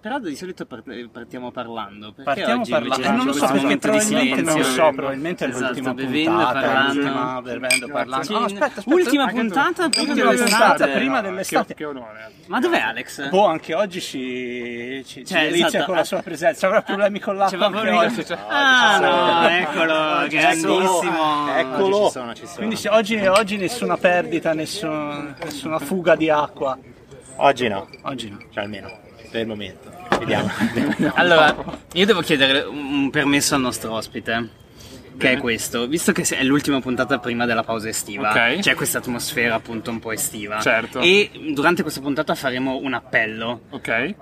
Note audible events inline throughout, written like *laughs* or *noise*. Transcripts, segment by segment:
Però di solito par- partiamo parlando. Perché Partiamo oggi parlando. invece Eh, c'è non lo so, questo perché momento di probabilmente non silenzio? so, probabilmente è Esatto, l'ultima bevendo, puntata, eh. parlando. l'ultima bevendo parlando. Sì, Oh, aspetta, aspetta. ultima anche tu. puntata, prima Ultima puntata, dell'estate. prima Che, dell'estate. che onore. Ma dov'è Alex? Boh, anche oggi ci, ci, Cioè, ci delizia esatto, con la eh. ah, sua presenza. Avrà problemi con l'acqua. C'è proprio anche lui- oggi. Ah no, eccolo, Oggi Cioè, ci sono. grandissimo. Oggi Eccolo. Ah, ci sono, ci sono. Quindi se oggi, oggi nessuna perdita, nessun- nessuna fuga di acqua. Oggi no, Oggi no. cioè almeno per il momento. Vediamo. Allora, io devo chiedere un un permesso al nostro ospite. Che è questo, visto che è l'ultima puntata prima della pausa estiva, Ok. c'è questa atmosfera appunto un po' estiva. Certo. E durante questa puntata faremo un appello. Ok. Eh,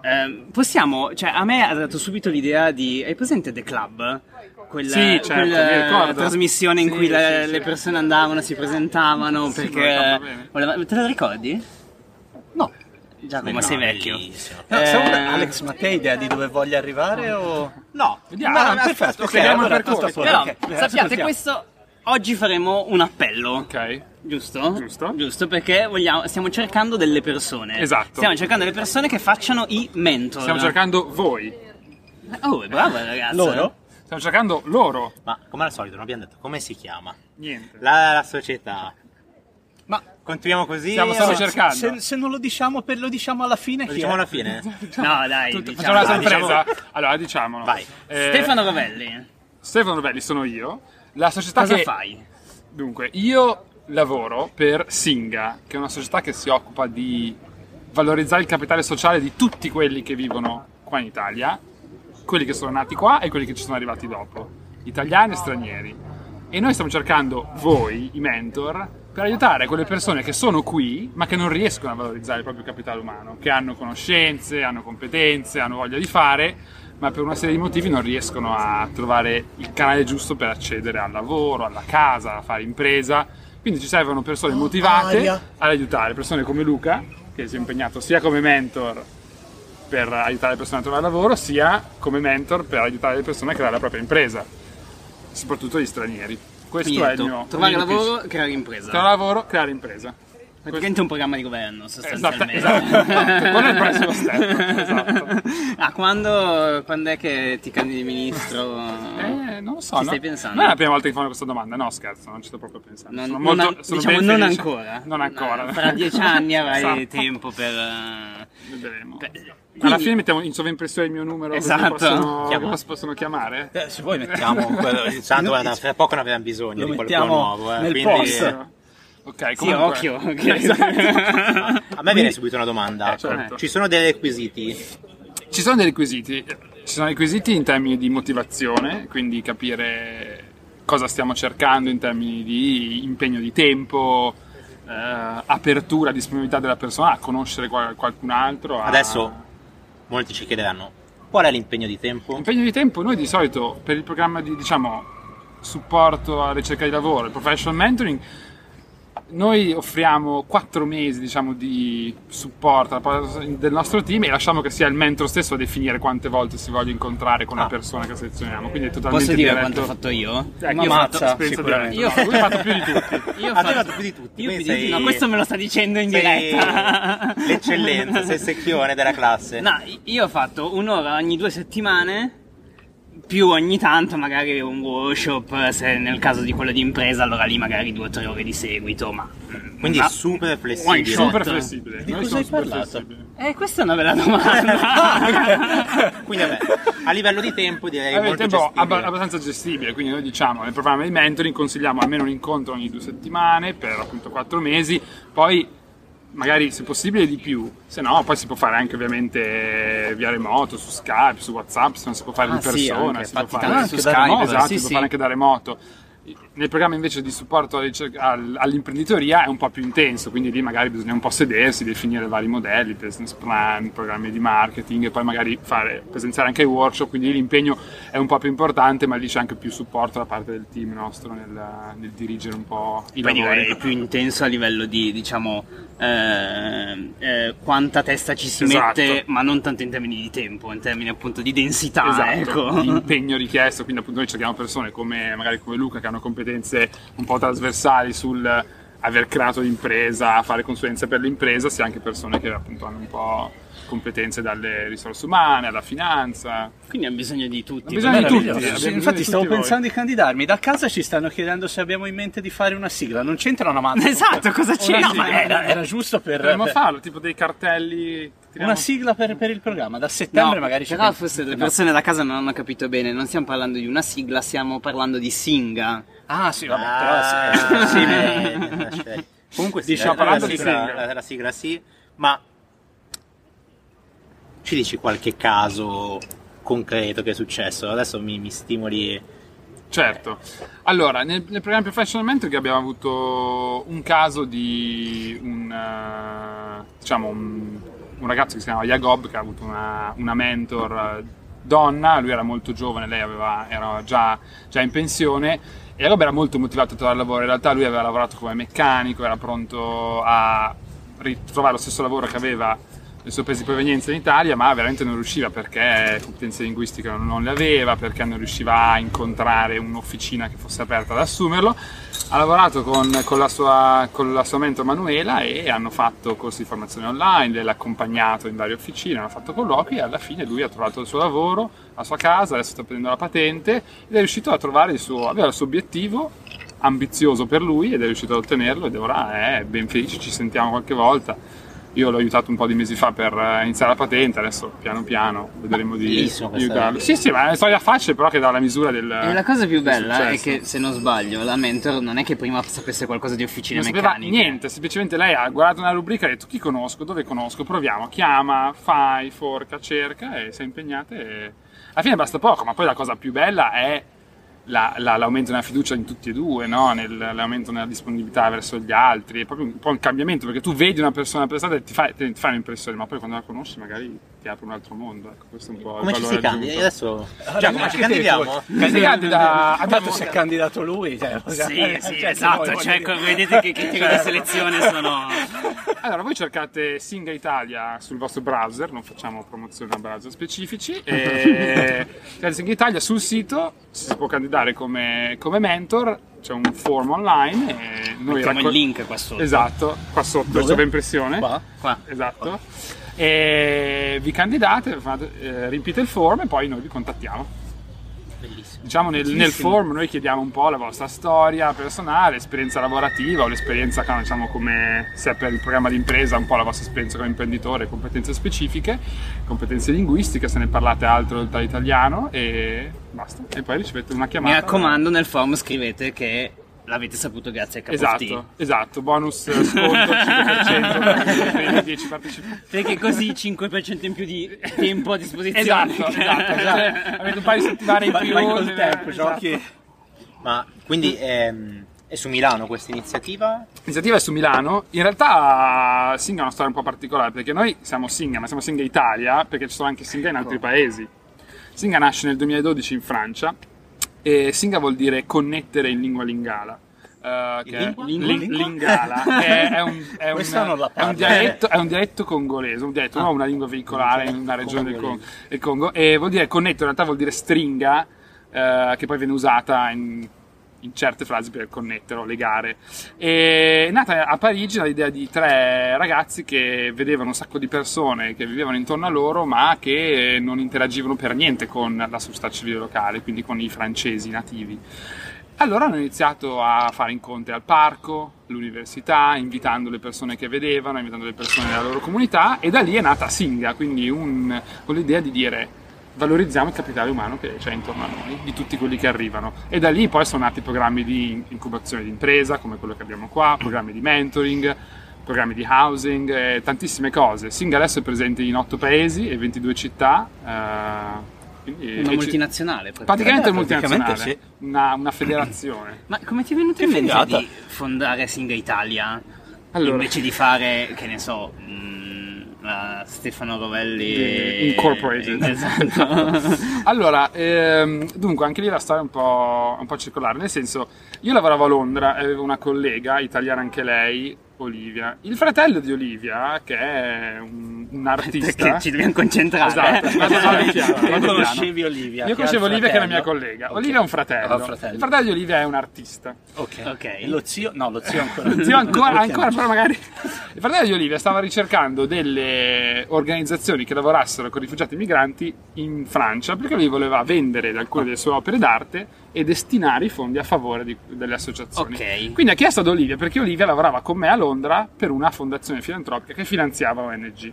possiamo, cioè, a me ha dato subito l'idea di. Hai presente The Club? Quella, Sì, certo, quella mi ricordo. trasmissione in Sì, cui le, sì, sì. le persone andavano, si presentavano Sì, me lo perché. ricordo bene. voleva- te la ricordi? No. Giacomo, ma sei vecchio. No, Eh, secondo te, Alex, ma te hai idea di dove voglia arrivare o... No, Vediamo. eh, Ah, perfetto, ok, vediamo allora, il percorso. sto a Però posto, ok, sappiate, ascoltiamo. questo. Oggi faremo un appello. Ok. Giusto? Giusto. perché vogliamo- stiamo cercando delle persone. Esatto. Stiamo cercando delle persone che facciano i mentor. Stiamo cercando voi. Oh, è brava ragazza. Loro? Stiamo cercando loro. Ma come al solito, non abbiamo detto come si chiama. Niente. La, la società. Ma Continuiamo così. Stiamo solo allora, cercando. se, se non lo diciamo, per, lo diciamo alla fine. lo chi diciamo è? alla *laughs* fine. No, dai. Tutti- diciamo. Facciamo una Dai, sorpresa. Allora, diciamolo. Vai. Eh, Stefano Rovelli, Stefano Novelli sono io. La società cosa che fai? Dunque, io lavoro per Singa, che è una società che si occupa di valorizzare il capitale sociale di tutti quelli che vivono qua in Italia, quelli che sono nati qua e quelli che ci sono arrivati dopo, italiani e stranieri. E noi stiamo cercando voi, i mentor, per aiutare quelle persone che sono qui ma che non riescono a valorizzare il proprio capitale umano, che hanno conoscenze, hanno competenze, hanno voglia di fare, ma per una serie di motivi non riescono a trovare il canale giusto per accedere al lavoro, alla casa, a fare impresa. Quindi ci servono persone motivate aria. ad aiutare, persone come Luca, che si è impegnato sia come mentor per aiutare le persone a trovare lavoro, sia come mentor per aiutare le persone a creare la propria impresa, soprattutto gli stranieri. Questo Quindi è il detto, mio trovare il mio lavoro, pitch. creare impresa. Trovare lavoro, creare impresa. Praticamente un programma di governo, Esatta- sostanzialmente. esatto. Quello è il prossimo *laughs* step. Esatto. Ah, quando, quando è che ti candidi ministro? Eh, non lo so. Ci no? stai pensando? Non è la prima volta che fanno questa domanda, no scherzo, non ci sto proprio pensando. Non, sono non molto, an- sono diciamo ben non felice. ancora. Non ancora. Eh, Fra dieci *laughs* anni avrai Esatto. tempo per... eh, Vedremo. per- Alla Quindi- fine mettiamo in sovraimpressione il mio numero Esatto. così possono, Chiama. così possono chiamare. Eh, se poi mettiamo... *laughs* Diciamo quello, tanto guarda, fra poco ne abbiamo lo bisogno di qualcuno mettiamo nuovo. eh, nel quindi- post. Ok, comunque. Esatto. Sì, *laughs* occhio. ok. *laughs* A me viene subito una domanda. Eh, certo. Ci sono dei requisiti? Ci sono dei requisiti, ci sono requisiti in termini di motivazione, quindi capire cosa stiamo cercando in termini di impegno di tempo, eh, apertura, disponibilità della persona a conoscere qual- qualcun altro. a- Ah. Adesso molti ci chiederanno qual è l'impegno di tempo? Impegno di tempo noi di solito per il programma di diciamo, supporto alla ricerca di lavoro, il professional mentoring, noi offriamo 4 mesi diciamo, di supporto alla parte del nostro team e lasciamo che sia il mentor stesso a definire quante volte si voglia incontrare con la Ah. persona che selezioniamo. Quindi è totalmente Posso dire diretto. quanto ho fatto io? Eh, Ma io ho fatto mazza, esperienza sicuramente. diretta. No, lui ha fatto più di tutti. *laughs* Io ho Ah, fatto- te l'ho detto di tutti, Io quindi di- sei- no, questo me lo sta dicendo in Sei *laughs* diretta. L'eccellenza, sei secchione della *laughs* classe. No, io ho fatto un'ora ogni due settimane, più ogni tanto magari un workshop, se nel caso di quello di impresa, allora lì magari due o tre ore di seguito, ma... mm, Quindi ma- super One flessibile. shot. Super flessibile. Esatto. Di Noi cosa siamo hai super parlato? flessibili. Eh, questa è una bella *laughs* domanda. *laughs* Quindi vabbè, a livello di tempo direi Avete molto Eh, tempo gestibile. abba- abbastanza gestibile, quindi noi diciamo nel programma di mentoring consigliamo almeno un incontro ogni due settimane per appunto quattro mesi, poi magari se possibile di più, se no poi si può fare anche ovviamente via remoto, su Skype, su Whatsapp, se non si può fare Ah, in sì, persona, anche, si può infatti, fare tanto anche su da Skype, remoto, esatto, sì, si può sì. fare anche da remoto. Nel programma invece di supporto alla ricerca- al- all'imprenditoria è un po' più intenso, quindi lì magari bisogna un po' sedersi, definire vari modelli, business plan, programmi di marketing e poi magari fare, presenziare anche ai workshop, quindi l'impegno è un po' più importante, ma lì c'è anche più supporto da parte del team nostro nel, nel dirigere un po' i Poi lavori. direi è più intenso a livello di, diciamo, ehm, eh, quanta testa ci si Esatto. mette, ma non tanto in termini di tempo, in termini appunto di densità, Esatto, *laughs* ecco. l'impegno richiesto, quindi appunto noi cerchiamo persone come magari come Luca che hanno competenze un po' trasversali sul aver creato l'impresa, fare consulenza per l'impresa, sia anche persone che appunto hanno un po' competenze dalle risorse umane alla finanza. Quindi ha bisogno di tutti. Bisogna di tutti, Meraviglioso. abbiamo Sì, bisogno di infatti tutti stavo voi. pensando di candidarmi. Da casa ci stanno chiedendo se abbiamo in mente di fare una sigla. Non c'entra una *laughs* mazza. Esatto, cosa c'è? No, ma era, era giusto per, Dovremmo per- farlo, tipo dei cartelli. tiriamo- una sigla per, per il programma. Da settembre magari ci però penso. forse Eh, le persone da casa non hanno capito bene, non stiamo parlando di una sigla, stiamo parlando di singa. Ah, sì, vabbè, Ah, però sì, eh, sì, *laughs* lascia- *laughs* Comunque sì, Diciamo, la- la, parlando di sigla, sigla. la- la sigla sì, ma ci dici qualche caso concreto che è successo? Adesso mi, mi stimoli Certo. Allora, nel, nel programma Professional Mentor che abbiamo avuto un caso di un, eh, diciamo un, un ragazzo che si chiama Jacob che ha avuto una, una mentor eh, donna, lui era molto giovane, lei aveva- era già, già in pensione e Jacob era molto motivato a trovare lavoro, in realtà lui aveva lavorato come meccanico, era pronto a ritrovare lo stesso lavoro che aveva il suo paese di provenienza in Italia, ma veramente non riusciva perché competenze linguistiche non, non le aveva, perché non riusciva a incontrare un'officina che fosse aperta ad assumerlo. Ha lavorato con, con la, sua, con la sua mentor Manuela e hanno fatto corsi di formazione online, l'ha accompagnato in varie officine, hanno fatto colloqui e alla fine lui ha trovato il suo lavoro, la sua casa, adesso sta prendendo la patente ed è riuscito a trovare il suo, aveva il suo obiettivo ambizioso per lui ed è riuscito ad ottenerlo ed ora è ben felice, ci sentiamo qualche volta. Io l'ho aiutato un po' di mesi fa per eh, iniziare la patente, adesso piano piano vedremo di Bellissimo questa- aiutarlo. Sì, sì, ma è una storia facile però che dà la misura del... E la cosa più del bella è Eh, successo. che, se non sbaglio, la mentor non è che prima sapesse qualcosa di officine non sapeva meccaniche. niente, semplicemente lei ha guardato una rubrica e ha detto chi conosco, dove conosco, proviamo, chiama, fai, forca, cerca e si è impegnata e alla fine basta poco, ma poi la cosa più bella è la- la- l'aumento nella fiducia in tutti e due, no? Nel- l'aumento nella disponibilità verso gli altri, è proprio un po' un cambiamento perché tu vedi una persona per strada e ti fa, ti fa un'impressione, ma poi quando la conosci magari ti apre un altro mondo, ecco, questo è un po' il come ci valore si candida? aggiunto. Ah, Adesso Giacomo, ma ci candidiamo? Candidati da... Tanto abbiamo- si è candidato lui. Cioè, Sì, cioè, sì, se esatto. vuoi, voglio Cioè, dire. Cioè, vedete che i criteri di selezione sono. Allora, voi cercate Singa Italia sul vostro browser, non facciamo promozione a browser specifici. *laughs* E cercate Singa Italia sul sito, si può candidare come, come mentor, c'è un form online. E noi Mettiamo raccol- il link qua sotto. Esatto, qua sotto, Dove? sopra impressione. Qua? Qua. Esatto. E vi candidate, fate- eh, riempite il form e poi noi vi contattiamo. Bellissimo. Diciamo nel, nel form noi chiediamo un po' la vostra storia personale, esperienza lavorativa o l'esperienza che, diciamo come se è per il programma di impresa un po' la vostra esperienza come imprenditore, competenze specifiche, competenze linguistiche, se ne parlate altro dall'italiano e basta. E poi ricevete una Mi chiamata. raccomando, nel form scrivete che l'avete saputo grazie a Cup of Tea. Esatto, esatto, bonus eh, *laughs* sconto 5% per i 10 partecipanti. Perché così 5% in più di tempo a disposizione. Esatto, esatto, esatto. Avete un paio di settimane in Vai- più. vai col eh, tempo, esatto. giochi. Ma quindi ehm, è su Milano questa iniziativa? L'iniziativa è su Milano. In realtà Singa è una storia un po' particolare perché noi siamo Singa, ma siamo Singa Italia perché ci sono anche Singa in altri Ecco. paesi. Singa nasce nel 2012 in Francia e Singa vuol dire connettere in lingua lingala. eh, che è- lingua? lin- Lingua? *laughs* lingala che è, è un, è, un, Questa non la è un parlo. Ah. dialetto, è un dialetto congolese, un dialetto, no, una lingua veicolare in una regione del Congo, del Congo. E vuol dire connettere, in realtà vuol dire stringa, eh, che poi viene usata in, in certe frasi per connettere o legare. E è nata a Parigi l'idea di tre ragazzi che vedevano un sacco di persone che vivevano intorno a loro, ma che non interagivano per niente con la società civile locale, quindi con i francesi nativi. Allora hanno iniziato a fare incontri al parco, all'università, invitando le persone che vedevano, invitando le persone della loro comunità e da lì è nata Singa, quindi un- con l'idea di dire valorizziamo il capitale umano che c'è intorno a noi, di tutti quelli che arrivano. E da lì poi sono nati programmi di incubazione di impresa, come quello che abbiamo qua, programmi di mentoring, programmi di housing, e tantissime cose. Singa adesso è presente in 8 paesi e 22 città. eh, quindi- Una e ci- multinazionale. Praticamente è multinazionale, Eh, Praticamente una, una federazione. Ma come ti è venuto in mente figata. di fondare Singa Italia Allora. invece di fare, che ne so, mh, la Stefano Rovelli The *laughs* Incorporated. Esatto. *laughs* Allora, ehm, dunque, anche lì la storia è un po', un po' circolare, nel senso, io lavoravo a Londra e avevo una collega italiana anche lei, Olivia. Il fratello di Olivia, che è un *laughs* un artista. Perché ci dobbiamo concentrare. Esatto, eh. guarda, guarda, piano, guarda, Tu piano. conoscevi Olivia? Io che era il conoscevo Olivia, che è la mia fratello? collega. Ok. Olivia è un fratello. Ah, un fratello. Il fratello di Olivia è un artista. Ok. Ok. Lo zio, no, lo zio *laughs* ancora. Zio ancora, Lo zio ancora, però magari. Il fratello di Olivia stava ricercando delle organizzazioni che lavorassero con rifugiati migranti in Francia perché lui voleva vendere alcune delle sue opere d'arte e destinare i fondi a favore di- delle associazioni. Ok. Quindi ha chiesto ad Olivia perché Olivia lavorava con me a Londra per una fondazione filantropica che finanziava ONG.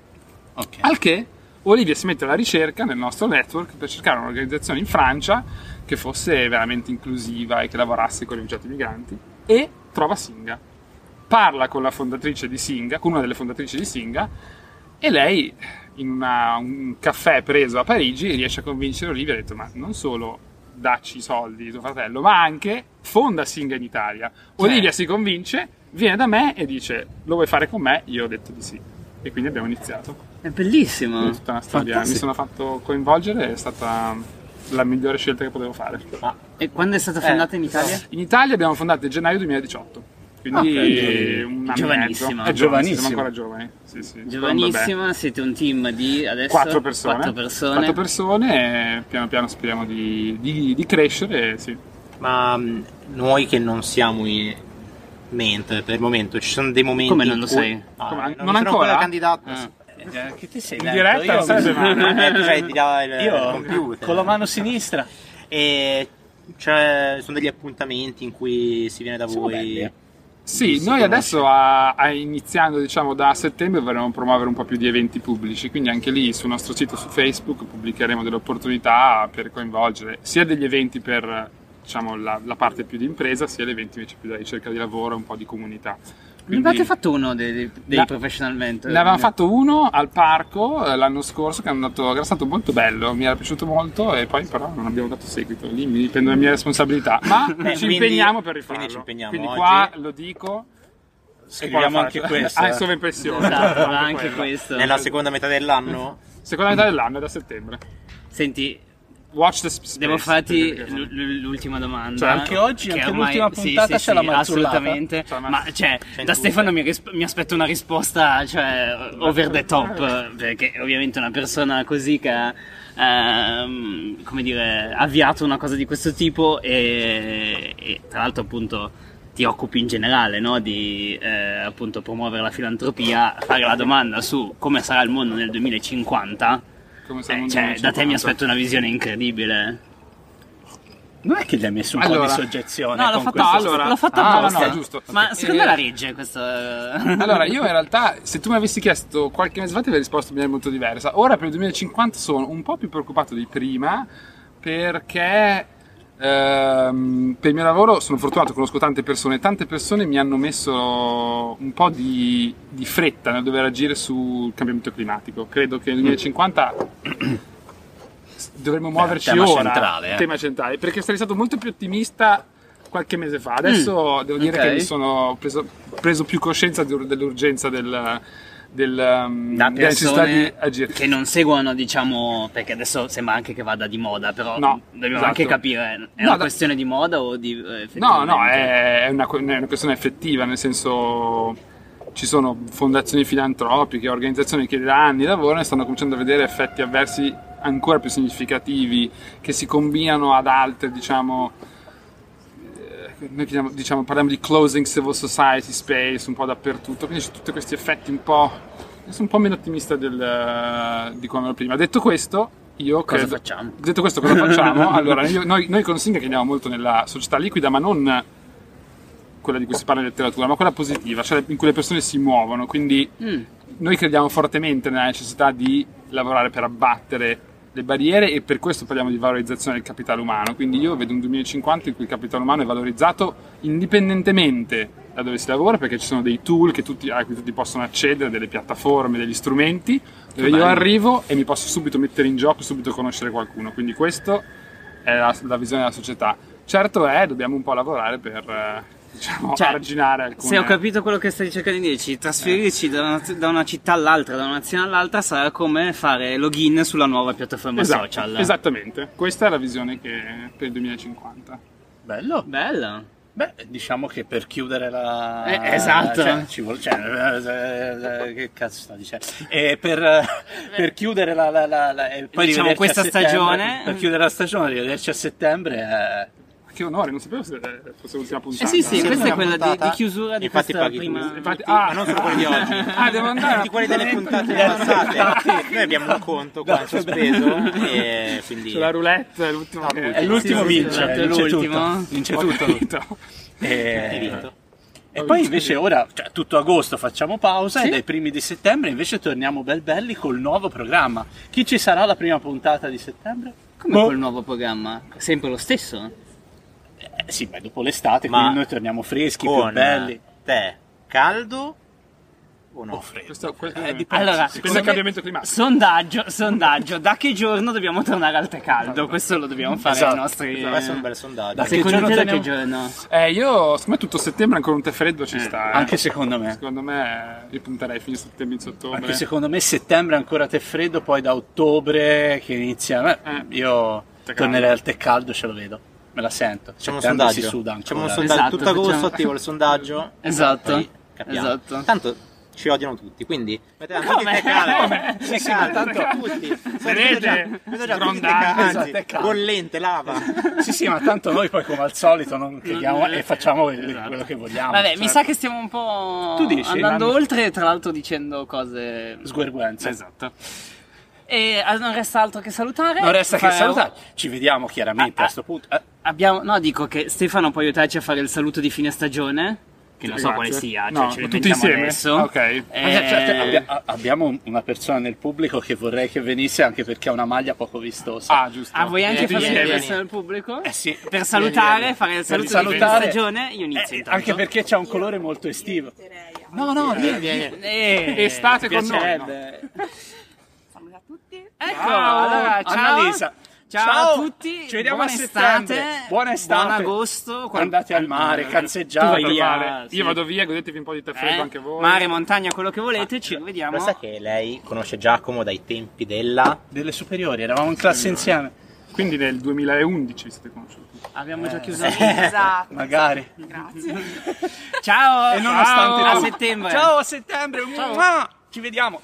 Ok. Al che Olivia si mette alla ricerca nel nostro network per cercare un'organizzazione in Francia che fosse veramente inclusiva e che lavorasse con i rifugiati migranti e trova Singa. Parla con la fondatrice di Singa, con una delle fondatrici di Singa e lei in una- un caffè preso a Parigi riesce a convincere Olivia ha detto ma non solo dacci i soldi tuo fratello ma anche fonda Singa in Italia. Olivia si convince, viene da me e dice lo vuoi fare con me? Io ho detto di sì e quindi abbiamo iniziato. È bellissimo. È tutta una storia. Mi Fantastico. sono fatto coinvolgere, è stata la migliore scelta che potevo fare. E quando è stata fondata in Italia? In Italia abbiamo fondato il gennaio 2018, quindi ok. un anno Giovanissima. e mezzo. È giovane, siamo ancora giovani. Sì, sì. Però, Giovanissima, siete un team di adesso? vabbè, Quattro persone, Quattro persone. Quattro persone e piano piano speriamo di, di- di crescere. Sì. Ma mh, noi che non siamo i mentor per il momento, ci sono dei momenti. Come non in lo cui- sei? Ah, Come- non mi sono ancora? candidato. Ah. Eh, Che ti sei In lento? diretta Io- non serve male. Eh, ti fai- ti dà il- il Io eh, computer. con la mano sinistra. E c'è- sono degli appuntamenti in cui si viene da Siamo voi. belli, eh. Sì, Si noi conosce. adesso a, a- iniziando diciamo da settembre vorremmo promuovere un po' più di eventi pubblici, quindi anche lì sul nostro sito su Facebook pubblicheremo delle opportunità per coinvolgere sia degli eventi per diciamo la, la parte più di impresa, sia gli eventi invece più da ricerca di lavoro, un po' di comunità. Ne Quindi- avete fatto uno dei, dei, dei Esatto, Ne- professional mentor? Ne avevamo fatto uno al parco eh, l'anno scorso che, è andato- che era stato molto bello, mi era piaciuto molto e poi però non abbiamo dato seguito, lì mi prendo le mie responsabilità, *laughs* ma Beh, ci quindi- impegniamo per rifarlo. quindi ci impegniamo Quindi oggi. qua lo dico, Scriviamo anche questo. Ah, è eh. solo impressione. Esatto, anche Quella. questo. Nella seconda metà dell'anno? Seconda metà dell'anno è da settembre. Senti, Watch the space. devo farti perché- l- l- l'ultima domanda. Cioè, anche oggi, che anche ormai- l'ultima sì, puntata sì, c'è la sì, mazzolata. Assolutamente. C'è la mazz- ma cioè, c'è in da tutto. Stefano mi, risp- mi aspetto una risposta, cioè, over the top. Perché ovviamente una persona così che ha. ehm, come dire, avviato una cosa di questo tipo e, e tra l'altro appunto ti occupi in generale no? di eh, appunto promuovere la filantropia, fare la domanda su come sarà il mondo nel 2050 Come eh, siamo nel cioè, da te mi 1950. aspetto una visione incredibile. Non è che gli hai messo un po' Allora. di soggezione. No, l'ho con fatto, questo- allora. l'ho fatto Ah, apposta. no, no, giusto. Ma Ok. secondo Eh, me la regge questo. Allora, Allora, io in realtà, se tu mi avessi chiesto qualche mese fa, ti avrei risposto in maniera molto diversa. Ora per il 2050 sono un po' più preoccupato di prima perché ehm, per il mio lavoro sono fortunato, conosco tante persone. Tante persone mi hanno messo un po' di, di fretta nel dover agire sul cambiamento climatico. Credo Mm. che nel 2050 dovremmo muoverci Eh, tema ora. centrale, eh. Tema centrale, perché sarei stato molto più ottimista qualche mese fa. Adesso devo dire ok. che mi sono ho preso, preso più coscienza di- dell'urgenza del, del, um, da della necessità di persone agire. che non seguono, diciamo, perché adesso sembra anche che vada di moda, però No, dobbiamo esatto. anche capire, è No, una da- questione di moda o di... eh, No, effettivamente? no, è una, que- è una questione effettiva, nel senso ci sono fondazioni filantropiche, organizzazioni che da anni lavorano e stanno cominciando a vedere effetti avversi ancora più significativi che si combinano ad altre, diciamo, eh, noi chiamiamo- diciamo, parliamo di closing civil society space un po' dappertutto, quindi c'è tutti questi effetti un po'... io Sono un po' meno ottimista del, eh, di come ero prima. Detto questo, io Cosa credo... facciamo? Detto *laughs* questo, cosa facciamo? allora, io- noi, noi con Singa che andiamo molto nella società liquida, ma non quella di cui si parla in letteratura, ma quella positiva, cioè in cui le persone si muovono. Quindi Mm, noi crediamo fortemente nella necessità di lavorare per abbattere le barriere e per questo parliamo di valorizzazione del capitale umano. Quindi io vedo un 2050 in cui il capitale umano è valorizzato indipendentemente da dove si lavora, perché ci sono dei tool che tutti- a cui tutti possono accedere, delle piattaforme, degli strumenti, dove io bello. arrivo e mi posso subito mettere in gioco, subito conoscere qualcuno. Quindi questa è la, la visione della società. Certo è, dobbiamo un po' lavorare per eh, diciamo, Cioè, arginare alcune... Se ho capito quello che stai cercando di dirci, trasferirci da, una, da una città all'altra, da una nazione all'altra, sarà come fare login sulla nuova piattaforma Esatto, social. Esattamente, questa è la visione che per il 2050. Bello. Bello. Beh, diciamo che per chiudere la... Eh, esatto. cioè, ci vuole- cioè, eh, eh, eh, che cazzo sta dicendo? Eh, per, eh, per chiudere la... la- la- la- e poi Diciamo, rivederci a questa settembre- stagione- Per chiudere la stagione, rivederci a settembre... eh, Che onore, non sapevo se eh, fosse l'ultima Eh puntata. sì, sì, Sì, questa è una quella di, puntata. di chiusura di Infatti questa paghi prima. tu. Infatti, ah, Ma non solo quelli di oggi. Ah, devo andare. Di quelli delle puntate passate. Noi abbiamo un conto qua in sospeso e quindi C'è la roulette, è Ah, l'ultimo. che- È l'ultimo sì, sì, vince, esatto, è vince l'ultimo. tutto. Vince Ho tutto. lui. capito. hai Eh, vinto. E poi invece ora, cioè, tutto agosto facciamo pausa Sì. e dai primi di settembre invece torniamo bel belli col nuovo programma. Chi ci sarà la prima puntata di settembre? Come Boh. col nuovo programma? Sempre lo stesso? Eh, sì, ma è dopo l'estate, Ma- quindi noi torniamo freschi, più Con belli. te caldo o no? eh, Oh, freddo. Questo, questo, Eh, dipende. Allora, Dipende secondo dal me- cambiamento climatico. Sondaggio, sondaggio, da che giorno dobbiamo tornare al tè caldo? Questo lo dobbiamo fare Esatto. ai nostri... Questo è un bel sondaggio. Da che Secondo giorno te da torniamo? che giorno? Eh, io, secondo me, tutto settembre ancora un tè freddo ci sta. eh. Anche secondo me. Secondo me, eh, io punterei fine settembre, inizio ottobre. Anche secondo me settembre ancora te freddo, poi da ottobre che inizia. eh, Eh. Io Tè caldo. tornerei al tè caldo, ce lo vedo. Me la sento. Facciamo un Settembre sondaggio. si suda ancora. Facciamo un sondaggio. Esatto, Tutto agosto facciamo- attivo il sondaggio. Esatto. Poi capiamo. Esatto. Tanto ci odiano tutti, quindi mettevamo Come? tutti te caldo. Come? Te caldo, tanto tutti. Sono Vedete? già- sono già tutti te Grondati. caldi. Esatto, te caldo. Bollente, lava. Sì, sì, ma tanto noi poi come al solito non Esatto. chiediamo e facciamo il- quello che vogliamo. Vabbè, mi Cioè, sa che stiamo un po' Tu dici? andando Andando- oltre, tra l'altro dicendo cose... Sguerguenza. Esatto. E ah, non resta altro che salutare. Non resta che Fare- salutare. Ci vediamo chiaramente Eh, Ah, a sto punto. Eh, Abbiamo, no, dico che Stefano può aiutarci a fare il saluto di fine stagione. Che non so Grazie. quale sia, cioè No, ce lo tutti inventiamo insieme? adesso. Ah, ok. Eh, cioè, te- abbia- a- abbiamo un- una persona nel pubblico che vorrei che venisse anche perché ha una maglia poco vistosa. Ah, giusto. ah, vuoi anche Vieni, far vedere vieni, questo vieni. al pubblico? Eh sì, Per salutare, vieni. fare il saluto salutare. di fine stagione, io inizio Eh, intanto. anche perché c'ha un colore molto estivo. No, no, vieni, vieni. Eh, Estate con noi, piacerebbe. Saluto a tutti. Ecco, Ciao, allora, ciao. Annalisa. Ciao, Ciao. a tutti. Ci vediamo buona a estate. settembre. Buona estate. Buon agosto. Qual- Andate al mare, Tu canseggiate. vai Ah, via. Mare. sì. Io vado via, godetevi un po' di tè eh, freddo anche voi. mare, montagna, quello che volete. Ci rivediamo. Lo sai che lei conosce Giacomo dai tempi della... Delle superiori, eravamo in classe insieme. Quindi nel 2011 vi siete conosciuti. Abbiamo Eh, già chiuso. Esatto. Magari. Grazie. Ciao. E nonostante ciao, a tutto. settembre. Ciao a settembre. Mua! Ci vediamo.